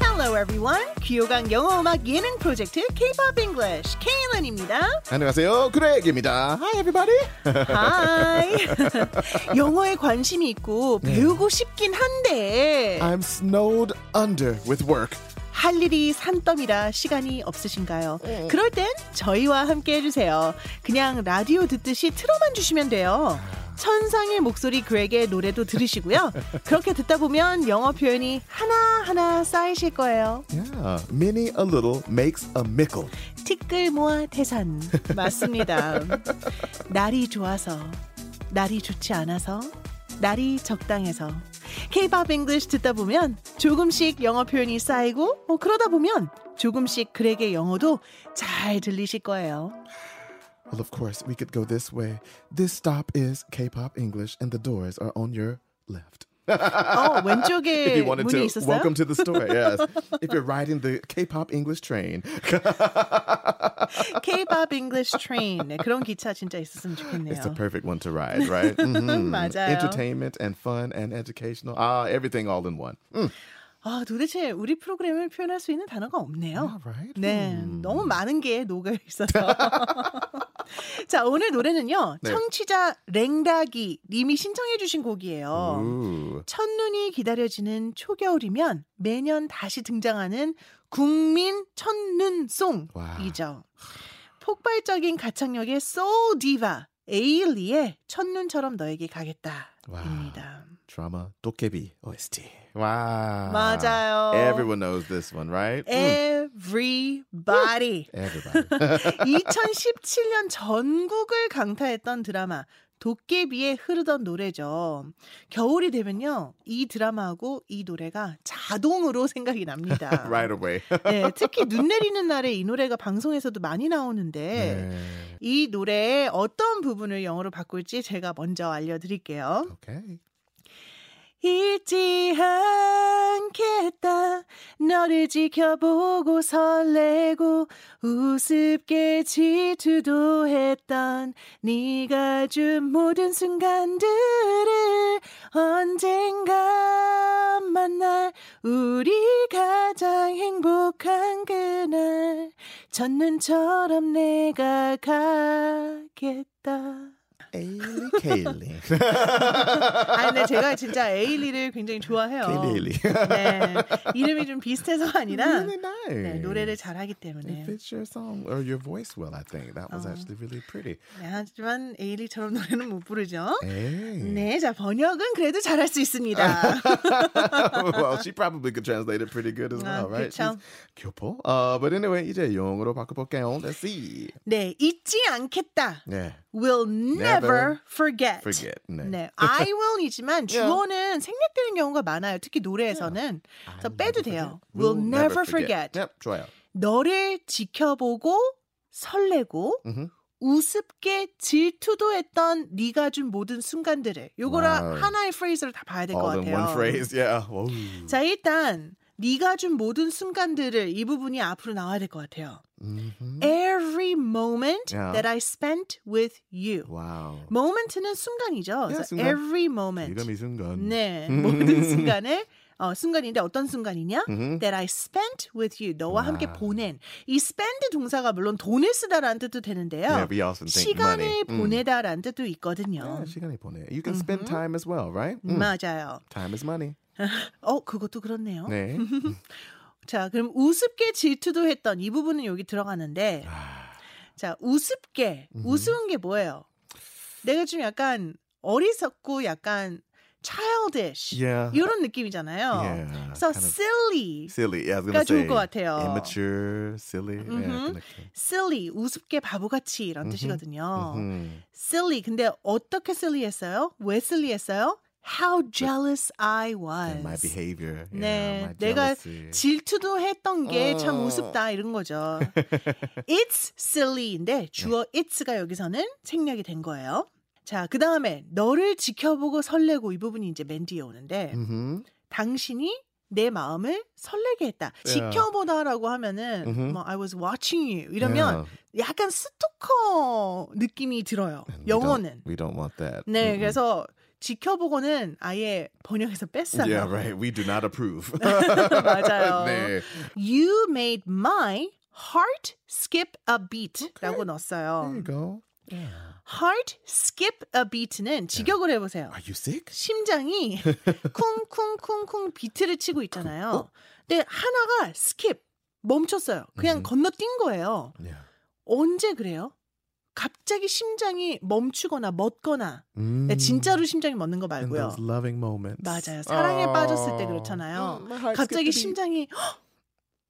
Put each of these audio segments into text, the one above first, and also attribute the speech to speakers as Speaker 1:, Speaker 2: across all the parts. Speaker 1: Hello everyone. 귀요강 영어 음악 예능 프로젝트 K-pop English 케일런입니다.
Speaker 2: 안녕하세요. 그레이입니다. Hi everybody.
Speaker 1: Hi. 영어에 관심이 있고 배우고 싶긴 한데
Speaker 2: I'm snowed under with work.
Speaker 1: 할 일이 산더미라 시간이 없으신가요? 그럴 땐 저희와 함께 해주세요. 그냥 라디오 듣듯이 틀어만 주시면 돼요. 천상의 목소리 그에게 노래도 들으시고요. 그렇게 듣다 보면 영어 표현이 하나하나 쌓이실 거예요.
Speaker 2: Yeah. Many a little makes a mickle.
Speaker 1: 티끌 모아 태산. 맞습니다. 날이 좋아서, 날이 좋지 않아서, 날이 적당해서. K-pop English 듣다 보면 조금씩 영어 표현이 쌓이고, 뭐 그러다 보면 조금씩 그에게 영어도 잘 들리실 거예요.
Speaker 2: Well, of course, we could go this way. This stop is K-pop English, and the doors are on your left.
Speaker 1: 어, 왼쪽에
Speaker 2: If you wanted
Speaker 1: 문이
Speaker 2: to,
Speaker 1: 있었어요?
Speaker 2: welcome to the store. Yes, if you're riding the K-pop English train.
Speaker 1: K-pop English Train. 네, 그런 기차 진짜 있었으면 좋겠네요. 음,
Speaker 2: It's the perfect one to ride, right? Mhm.
Speaker 1: 맞아요.
Speaker 2: Entertainment and fun and educational. Ah, everything all in one. Mm.
Speaker 1: 아, 도대체 우리 프로그램을 표현할 수 있는 단어가 없네요.
Speaker 2: Right?
Speaker 1: 네,
Speaker 2: 음.
Speaker 1: 너무 많은 게 녹아 있어서. 자, 오늘 노래는요.
Speaker 2: 네.
Speaker 1: 청취자 랭다기 님이 신청해 주신 곡이에요.
Speaker 2: Ooh.
Speaker 1: 첫눈이 기다려지는 초겨울이면 매년 다시 등장하는 국민 첫눈송이죠. 폭발적인 가창력의 소울 디바 에일리의 첫눈처럼 너에게
Speaker 2: 와.
Speaker 1: 가겠다입니다.
Speaker 2: Drama 도깨비 OST. Wow.
Speaker 1: 맞아요.
Speaker 2: Everyone knows this one, right? Mm.
Speaker 1: Eh. Everybody.
Speaker 2: Everybody.
Speaker 1: 2017년 전국을 강타했던 드라마 도깨비에 흐르던 노래죠. 겨울이 되면요, 이 드라마하고 이 노래가 자동으로 생각이 납니다.
Speaker 2: right away.
Speaker 1: 네, 특히 눈 내리는 날에 이 노래가 방송에서도 많이 나오는데
Speaker 2: 네.
Speaker 1: 이 노래의 어떤 부분을 영어로 바꿀지 제가 먼저 알려드릴게요.
Speaker 2: Okay.
Speaker 1: 잊지 않겠다. 너를 지켜보고 설레고 우습게 질투도 했던 네가 준 모든 순간들을 언젠가 만날 우리 가장 행복한 그날 첫눈처럼 내가 가겠다.
Speaker 2: 에일리 케일리.
Speaker 1: 아, 근데 제가 진짜 에일리를 굉장히 좋아해요.
Speaker 2: 케일리.
Speaker 1: 네. 이름이 좀 비슷해서가 아니라
Speaker 2: Really nice.
Speaker 1: 네, 노래를 잘하기
Speaker 2: It
Speaker 1: 때문에.
Speaker 2: fits your song or your voice well, I think. That
Speaker 1: Oh.
Speaker 2: was actually really pretty.
Speaker 1: 네, 하지만 에일리처럼 노래는 못 부르죠.
Speaker 2: Hey.
Speaker 1: 네, 아, 자 번역은 그래도 잘할 수 있습니다.
Speaker 2: well, she probably could translate it pretty good as
Speaker 1: 아,
Speaker 2: well, right?
Speaker 1: 그쵸.
Speaker 2: She's 교포. Uh, but anyway, 이제 영어로 바꿔볼게요. Let's see.
Speaker 1: 네, 잊지 않겠다.
Speaker 2: 네.
Speaker 1: Will never
Speaker 2: Never
Speaker 1: forget.
Speaker 2: Forget. 네.
Speaker 1: 네, I will이지만 주어는 생략되는 경우가 많아요. 특히 노래에서는. 그래서
Speaker 2: I'll
Speaker 1: 빼도
Speaker 2: never
Speaker 1: 돼요.
Speaker 2: forget.
Speaker 1: Will never forget.
Speaker 2: Yep, 좋아요.
Speaker 1: 너를 지켜보고 설레고
Speaker 2: 음흠.
Speaker 1: 우습게 질투도 했던 네가 준 모든 순간들을 요거라
Speaker 2: 와우.
Speaker 1: 하나의 프레이즈를 다 봐야 될 것
Speaker 2: All in
Speaker 1: 같아요.
Speaker 2: one phrase. Yeah. Whoa.
Speaker 1: 자 일단 네가 준 모든 순간들을 이 부분이 앞으로 나와야 될 것 같아요.
Speaker 2: 음흠.
Speaker 1: Eh. Every moment
Speaker 2: 야.
Speaker 1: that I spent with you.
Speaker 2: Wow.
Speaker 1: moment는 순간이죠. 그래서
Speaker 2: 예, 순간.
Speaker 1: Every moment.
Speaker 2: 지금 이 순간.
Speaker 1: 네,
Speaker 2: 음.
Speaker 1: 모든 순간을 어, 순간인데 어떤 순간이냐?
Speaker 2: 음흠.
Speaker 1: That I spent with you. 너와 함께
Speaker 2: 와.
Speaker 1: 보낸. 이 spend 동사가 물론 돈을 쓰다라는 뜻도 되는데요.
Speaker 2: Yeah, we often think
Speaker 1: 시간을
Speaker 2: money. 음.
Speaker 1: 보내다라는 뜻도 있거든요.
Speaker 2: Yeah, 시간을 보내. You can spend
Speaker 1: Mm-hmm.
Speaker 2: time as well, right? 음.
Speaker 1: 맞아요.
Speaker 2: Time is money.
Speaker 1: 어, 그것도 그렇네요.
Speaker 2: 네.
Speaker 1: 자, 그럼 우습게 질투도 했던 이 부분은 여기 들어가는데,
Speaker 2: 아.
Speaker 1: 자, 우습게,
Speaker 2: 음.
Speaker 1: 우스운 게 뭐예요? 내가 좀 약간 어리석고 약간 childish
Speaker 2: Yeah.
Speaker 1: 이런 느낌이잖아요.
Speaker 2: Yeah,
Speaker 1: 그래서
Speaker 2: kind of-
Speaker 1: silly,
Speaker 2: silly. Yeah, I was
Speaker 1: 가
Speaker 2: gonna
Speaker 1: 좋을
Speaker 2: say
Speaker 1: 것 같아요. Mm-hmm.
Speaker 2: immature, silly. Yeah,
Speaker 1: 음흠.
Speaker 2: 그렇게.
Speaker 1: silly, 우습게 바보같이 이런 뜻이거든요.
Speaker 2: 음.
Speaker 1: silly, 근데 어떻게 silly했어요? 왜 silly했어요? How jealous I was.
Speaker 2: And my behavior. Yeah,
Speaker 1: 네,
Speaker 2: my
Speaker 1: 내가
Speaker 2: jealousy.
Speaker 1: 질투도 했던 게 참
Speaker 2: 어.
Speaker 1: 우습다 이런 거죠. It's
Speaker 2: 네.
Speaker 1: silly인데 주어 it's가 여기서는 생략이 된 거예요. 자, 그 다음에 너를 지켜보고 설레고 이 부분이 이제 맨 뒤에 오는데
Speaker 2: 음흠.
Speaker 1: 당신이 내 마음을 설레게 했다.
Speaker 2: Yeah.
Speaker 1: 지켜보다라고 하면은
Speaker 2: 예. 음흠. 예.
Speaker 1: 뭐 I was watching you 이러면
Speaker 2: Yeah.
Speaker 1: 약간 스토커 느낌이 들어요.
Speaker 2: And we don't-
Speaker 1: 영어는.
Speaker 2: We don't want that.
Speaker 1: 네,
Speaker 2: Mm-mm.
Speaker 1: 그래서 지켜보고는 아예 번역해서 뺐어요.
Speaker 2: Yeah, right. We do not approve.
Speaker 1: 맞아요.
Speaker 2: 네.
Speaker 1: You made my heart skip a beat라고 넣었어요.
Speaker 2: There you go.
Speaker 1: Heart skip a beat는 직역을 해보세요.
Speaker 2: Are you sick?
Speaker 1: 심장이 쿵쿵쿵쿵 비트를 치고
Speaker 2: 어?
Speaker 1: 있잖아요. 근데 하나가 skip 멈췄어요. 그냥
Speaker 2: 음.
Speaker 1: 건너뛴 거예요.
Speaker 2: Yeah.
Speaker 1: 언제 그래요? 갑자기 심장이 멈추거나 멎거나 그러니까
Speaker 2: Mm.
Speaker 1: 진짜로 심장이 멎는 거
Speaker 2: In
Speaker 1: 말고요.
Speaker 2: those loving moments.
Speaker 1: 맞아요. 사랑에
Speaker 2: Oh.
Speaker 1: 빠졌을 때 그렇잖아요.
Speaker 2: Mm, my heart skipped a
Speaker 1: 갑자기
Speaker 2: beat.
Speaker 1: 심장이 헉!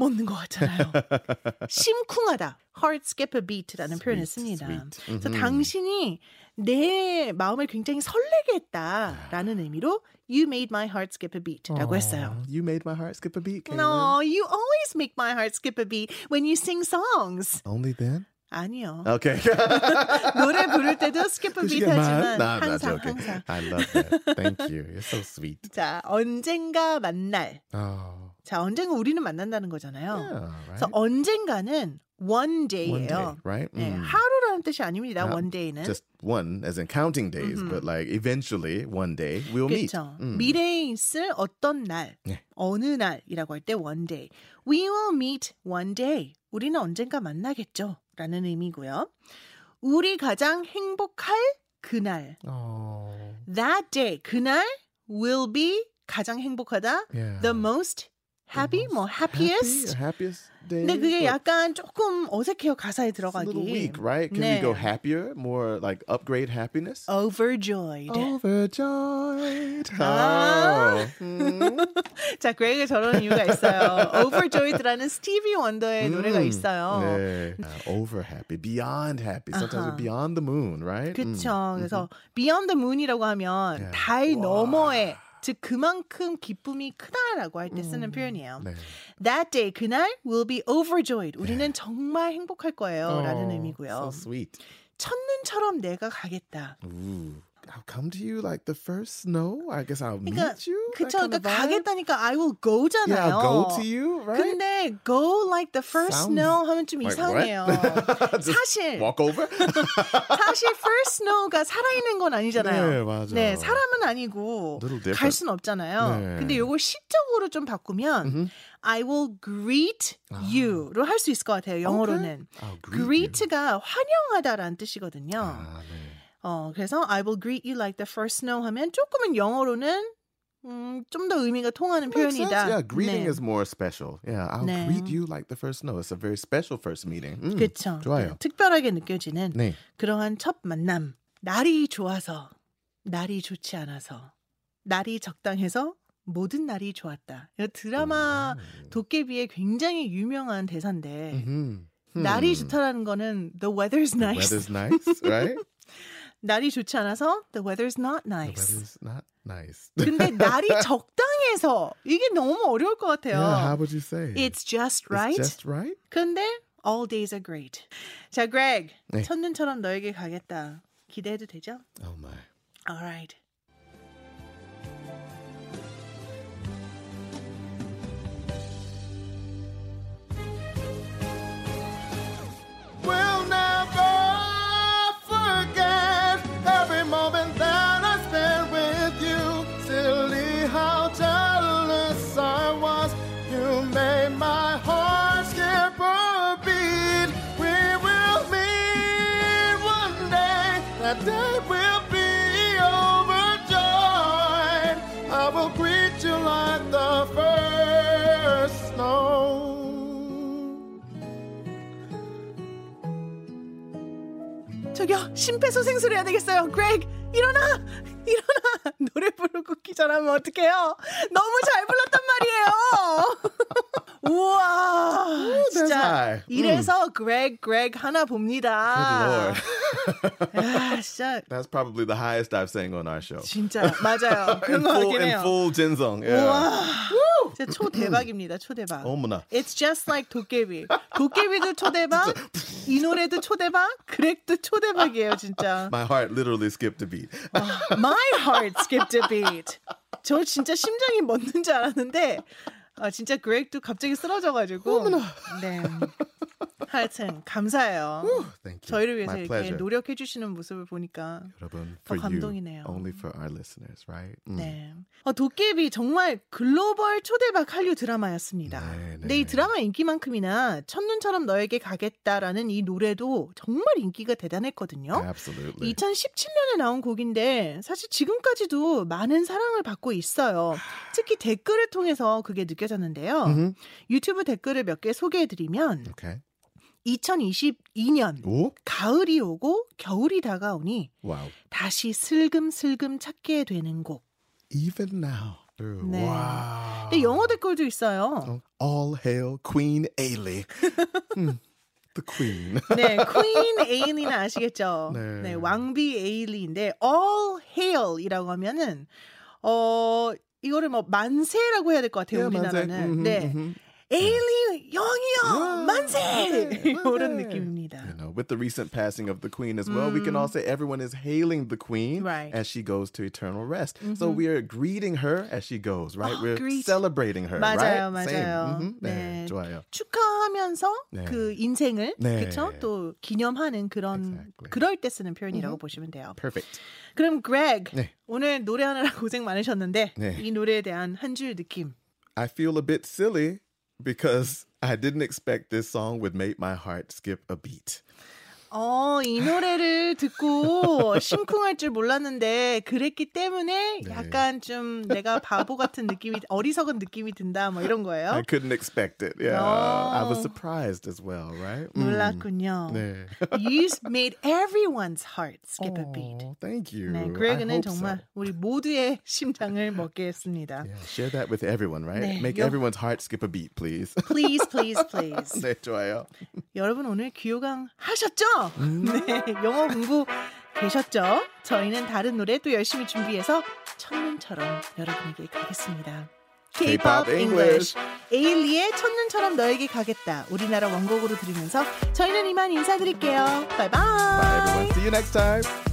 Speaker 1: 멎는 것 같잖아요. 심쿵하다. heart skip a beat라는 표현을
Speaker 2: Sweet,
Speaker 1: 씁니다.
Speaker 2: sweet.
Speaker 1: 그래서
Speaker 2: Mhm.
Speaker 1: 당신이 내 마음을 굉장히 설레게 했다라는 의미로 you made my heart skip a beat라고 아. 했어요.
Speaker 2: Aw, You made my heart skip a beat, Kaylin.
Speaker 1: No, you always make my heart skip a beat when you sing songs.
Speaker 2: Only then?
Speaker 1: 아니요.
Speaker 2: Okay.
Speaker 1: 노래 부를 때도 skip a
Speaker 2: Did you
Speaker 1: beat
Speaker 2: get
Speaker 1: 하지만
Speaker 2: mine? No, no,
Speaker 1: 항상
Speaker 2: joking.
Speaker 1: 항상.
Speaker 2: I love that. Thank you. You're so sweet.
Speaker 1: 자, 언젠가 만날.
Speaker 2: Oh.
Speaker 1: 자, 언젠가 우리는 만난다는 거잖아요.
Speaker 2: Yeah, right?
Speaker 1: 그래서 언젠가는 one
Speaker 2: One day,
Speaker 1: day예요.
Speaker 2: right?
Speaker 1: 네,
Speaker 2: Mm.
Speaker 1: 하루라는 뜻이 아닙니다.
Speaker 2: 아,
Speaker 1: one day는.
Speaker 2: Just one, as in counting days,
Speaker 1: Mhm.
Speaker 2: but like eventually, one day, we'll meet.
Speaker 1: 그렇죠.
Speaker 2: Mm.
Speaker 1: 미래에 있을 어떤 날,
Speaker 2: 네.
Speaker 1: 어느 날이라고 할 때 one day. We will meet one day. 우리는 언젠가 만나겠죠. 라는 의미고요. 우리 가장 행복할 그날.
Speaker 2: Oh.
Speaker 1: That day. 그날 will be 가장 행복하다.
Speaker 2: Yeah.
Speaker 1: The most happy, 뭐 happiest.
Speaker 2: 음. Happy, happiest day.
Speaker 1: 근데
Speaker 2: but
Speaker 1: 그게 약간 조금 어색해요. 가사에
Speaker 2: it's a
Speaker 1: 들어가기.
Speaker 2: little weak, right? Can we
Speaker 1: 네.
Speaker 2: go happier, more like upgrade
Speaker 1: Oh,
Speaker 2: happiness?
Speaker 1: Overjoyed.
Speaker 2: Overjoyed.
Speaker 1: 아.
Speaker 2: Oh.
Speaker 1: Mm-hmm.
Speaker 2: Mm.
Speaker 1: 자, 그레이가 저런 이유가 있어요. Overjoyed라는 스티비 원더의 노래가
Speaker 2: Mm.
Speaker 1: 있어요.
Speaker 2: 네. Uh, over happy, beyond happy. Sometimes
Speaker 1: Oh. Uh-huh.
Speaker 2: we're beyond the moon, right? Mm.
Speaker 1: 그렇죠. 그래서 Beyond the Moon이라고 하면
Speaker 2: 네.
Speaker 1: 달
Speaker 2: 와.
Speaker 1: 너머에 즉 그만큼 기쁨이 크다라고 할 때 쓰는 표현이에요.
Speaker 2: 네.
Speaker 1: That day 그날 will be overjoyed. 우리는 정말 행복할 거예요라는
Speaker 2: Oh,
Speaker 1: 의미고요.
Speaker 2: So sweet.
Speaker 1: 첫눈처럼 내가 가겠다.
Speaker 2: Ooh. I'll come to you like the first snow. I guess I'll
Speaker 1: 그러니까
Speaker 2: meet you. that
Speaker 1: 그쵸? 그러니까
Speaker 2: kind of vibe.
Speaker 1: 가겠다니까 I will
Speaker 2: 어, Yeah,
Speaker 1: go잖아요.
Speaker 2: I'll go to you, right?
Speaker 1: 근데 go like the first
Speaker 2: Sounds-
Speaker 1: snow 하면 좀
Speaker 2: Wait, what?
Speaker 1: 이상해요.
Speaker 2: Just
Speaker 1: 사실
Speaker 2: walk over?
Speaker 1: 사실 first snow가 살아있는 건 아니잖아요.
Speaker 2: 네, 맞아요.
Speaker 1: 네, 사람은 아니고 갈
Speaker 2: Little different.
Speaker 1: 순 없잖아요.
Speaker 2: 네.
Speaker 1: 근데 요걸 시적으로 좀 바꾸면
Speaker 2: Mhm.
Speaker 1: I will greet you로 할 수 있을 것 같아요. 영어로는
Speaker 2: I'll 아. greet you.
Speaker 1: greet가 환영하다라는 뜻이거든요.
Speaker 2: 아, 네.
Speaker 1: 어, 그래서 I will greet you like the first snow 하면 조금은 영어로는 음, 좀 더 의미가 통하는
Speaker 2: Makes sense.
Speaker 1: 표현이다.
Speaker 2: Yeah,
Speaker 1: 네.
Speaker 2: greeting is more special. Yeah, I'll
Speaker 1: 네.
Speaker 2: greet you like the first snow. It's a very special first meeting. Mm.
Speaker 1: 그렇죠.
Speaker 2: 좋아요.
Speaker 1: 특별하게 느껴지는
Speaker 2: 네.
Speaker 1: 그러한 첫 만남. 날이 좋아서, 날이 좋지 않아서, 날이 적당해서 모든 날이 좋았다. 이 드라마
Speaker 2: 음.
Speaker 1: 도깨비의 굉장히 유명한 대사인데
Speaker 2: Mhm. Hmm.
Speaker 1: 날이 좋다라는 거는 the weather's
Speaker 2: The
Speaker 1: nice.
Speaker 2: weather's nice, right?
Speaker 1: 날이 좋지 않아서 the weather's not
Speaker 2: The
Speaker 1: nice.
Speaker 2: weather's not nice.
Speaker 1: 근데 날이 적당해서 이게 너무 어려울 것 같아요.
Speaker 2: yeah, how would you say? it?
Speaker 1: It's just right.
Speaker 2: It's just right.
Speaker 1: 근데 all days are great. 자, Greg.
Speaker 2: 네.
Speaker 1: 첫눈처럼 너에게 가겠다. 기대해도 되죠?
Speaker 2: Oh my.
Speaker 1: Alright.
Speaker 2: We'll never forget every moment that I spent with you. Silly how jealous I was. You made my heart skip a beat. We will meet one day. That day will be overjoyed. I will greet you like the first snow.
Speaker 1: 저기요 심폐소생술 해야 되겠어요 그렉 일어나 일어나 노래 부르고 기절하면 어떡해요 너무 잘 불렀단 말이에요 우와
Speaker 2: that's
Speaker 1: 진짜
Speaker 2: high.
Speaker 1: 이래서 그렉 그렉 하나 봅니다 야 진짜
Speaker 2: That's probably the highest I've sang on our show.
Speaker 1: 진짜 맞아요 그런
Speaker 2: In
Speaker 1: 거
Speaker 2: full,
Speaker 1: 같긴
Speaker 2: in
Speaker 1: 해요
Speaker 2: full Jinzong. Yeah.
Speaker 1: 우와 진짜 초대박입니다 초대박
Speaker 2: 아. 음. 어머나.
Speaker 1: It's just like 도깨비 도깨비도 초대박 이 노래도 초대박 그렉도 초대박이에요 진짜
Speaker 2: My heart literally skipped a beat.
Speaker 1: My heart skipped a beat. 저 진짜 심장이 멎는 줄 알았는데 아, 진짜 그렉도 갑자기 쓰러져가지고. 네. 하여튼 감사해요.
Speaker 2: Thank you.
Speaker 1: 저희를 위해서
Speaker 2: My
Speaker 1: 이렇게
Speaker 2: pleasure.
Speaker 1: 노력해 주시는 모습을 보니까
Speaker 2: 여러분,
Speaker 1: 더
Speaker 2: for you,
Speaker 1: 감동이네요.
Speaker 2: only for our listeners, right? 음.
Speaker 1: 네. 어, 도깨비 정말 글로벌 초대박 한류 드라마였습니다.
Speaker 2: 네, 네.
Speaker 1: 근데 이 드라마 인기만큼이나 첫눈처럼 너에게 가겠다라는 이 노래도 정말 인기가 대단했거든요.
Speaker 2: Mm,
Speaker 1: 네.
Speaker 2: Absolutely.
Speaker 1: 2017년에 나온 곡인데 사실 지금까지도 많은 사랑을 받고 있어요. 특히 댓글을 통해서 그게 느껴졌는데요.
Speaker 2: Mhm.
Speaker 1: 유튜브 댓글을 몇 개 소개해드리면
Speaker 2: Okay.
Speaker 1: 2022년
Speaker 2: Oh,
Speaker 1: 가을이 오고 겨울이 다가오니
Speaker 2: wow.
Speaker 1: 다시 슬금슬금 찾게 되는 곡.
Speaker 2: Even now. Ooh,
Speaker 1: 네.
Speaker 2: Wow.
Speaker 1: 근데 영어 댓글도 있어요.
Speaker 2: Oh, All hail Queen Ailey. Hmm, the Queen.
Speaker 1: 네, 퀸 에일리는 아시겠죠?
Speaker 2: 네.
Speaker 1: 네, 왕비 에일리인데 all hail이라고 하면은 어 이거를 뭐 만세라고 해야 될 것 같아요.
Speaker 2: Yeah, man, say,
Speaker 1: 우리나라는.
Speaker 2: mhm,
Speaker 1: 네,
Speaker 2: mhm.
Speaker 1: 에일리 영이요
Speaker 2: Yeah,
Speaker 1: 만세
Speaker 2: 네. 만세, 네.
Speaker 1: 이런
Speaker 2: 만세. You
Speaker 1: 느낌입니다.
Speaker 2: know, with the recent passing of the Queen as well, we can all say everyone is hailing the Queen
Speaker 1: Mm. Right. Mm-hmm.
Speaker 2: as she goes to eternal rest. So we are greeting her as she goes, right?
Speaker 1: Oh,
Speaker 2: We're
Speaker 1: greet.
Speaker 2: celebrating her,
Speaker 1: 맞아요,
Speaker 2: right?
Speaker 1: 맞아요.
Speaker 2: Same. Mhm. 네,
Speaker 1: 네.
Speaker 2: 좋아요.
Speaker 1: 축하하면서
Speaker 2: 네.
Speaker 1: 그 인생을
Speaker 2: 네.
Speaker 1: 그쵸 또 기념하는 그런
Speaker 2: Exactly.
Speaker 1: 그럴 때 쓰는 표현이라고 보시면 돼요.
Speaker 2: Perfect.
Speaker 1: 그럼 Greg
Speaker 2: 네.
Speaker 1: 오늘 노래하느라 고생 많으셨는데
Speaker 2: 네.
Speaker 1: 이 노래에 대한 한 줄 느낌
Speaker 2: I feel a bit silly because I didn't expect this song would make my heart skip a beat.
Speaker 1: 어, 이 노래를 듣고 심쿵할 줄 몰랐는데 그랬기 때문에
Speaker 2: 네.
Speaker 1: 약간 좀 내가 바보 같은 느낌이 어리석은 느낌이 든다 뭐 이런
Speaker 2: I
Speaker 1: 거예요.
Speaker 2: couldn't expect it. Yeah. I was surprised as well, right? Mm.
Speaker 1: 놀랐군요.
Speaker 2: 네.
Speaker 1: You made everyone's heart skip a beat.
Speaker 2: Oh, thank you.
Speaker 1: 네,
Speaker 2: I
Speaker 1: 그레그는
Speaker 2: hope so. 예.
Speaker 1: 정말 우리 모두의 심장을 먹게 했습니다.
Speaker 2: Yeah, share that with everyone, right?
Speaker 1: 네,
Speaker 2: Make
Speaker 1: 요-
Speaker 2: everyone's heart skip a beat, please.
Speaker 1: Please, please, please.
Speaker 2: 네, 좋아요.
Speaker 1: 여러분 오늘 귀요강 하셨죠?
Speaker 2: 음.
Speaker 1: 네, 영어 공부 되셨죠? 저희는 다른 노래 또 열심히 준비해서 첫눈처럼 여러분에게 가겠습니다. K-pop
Speaker 2: K-pop
Speaker 1: English 에일리의 첫눈처럼 너에게 가겠다 우리나라 원곡으로 들으면서 저희는 이만 인사드릴게요. 바이바이.
Speaker 2: Bye, everyone. See you next time.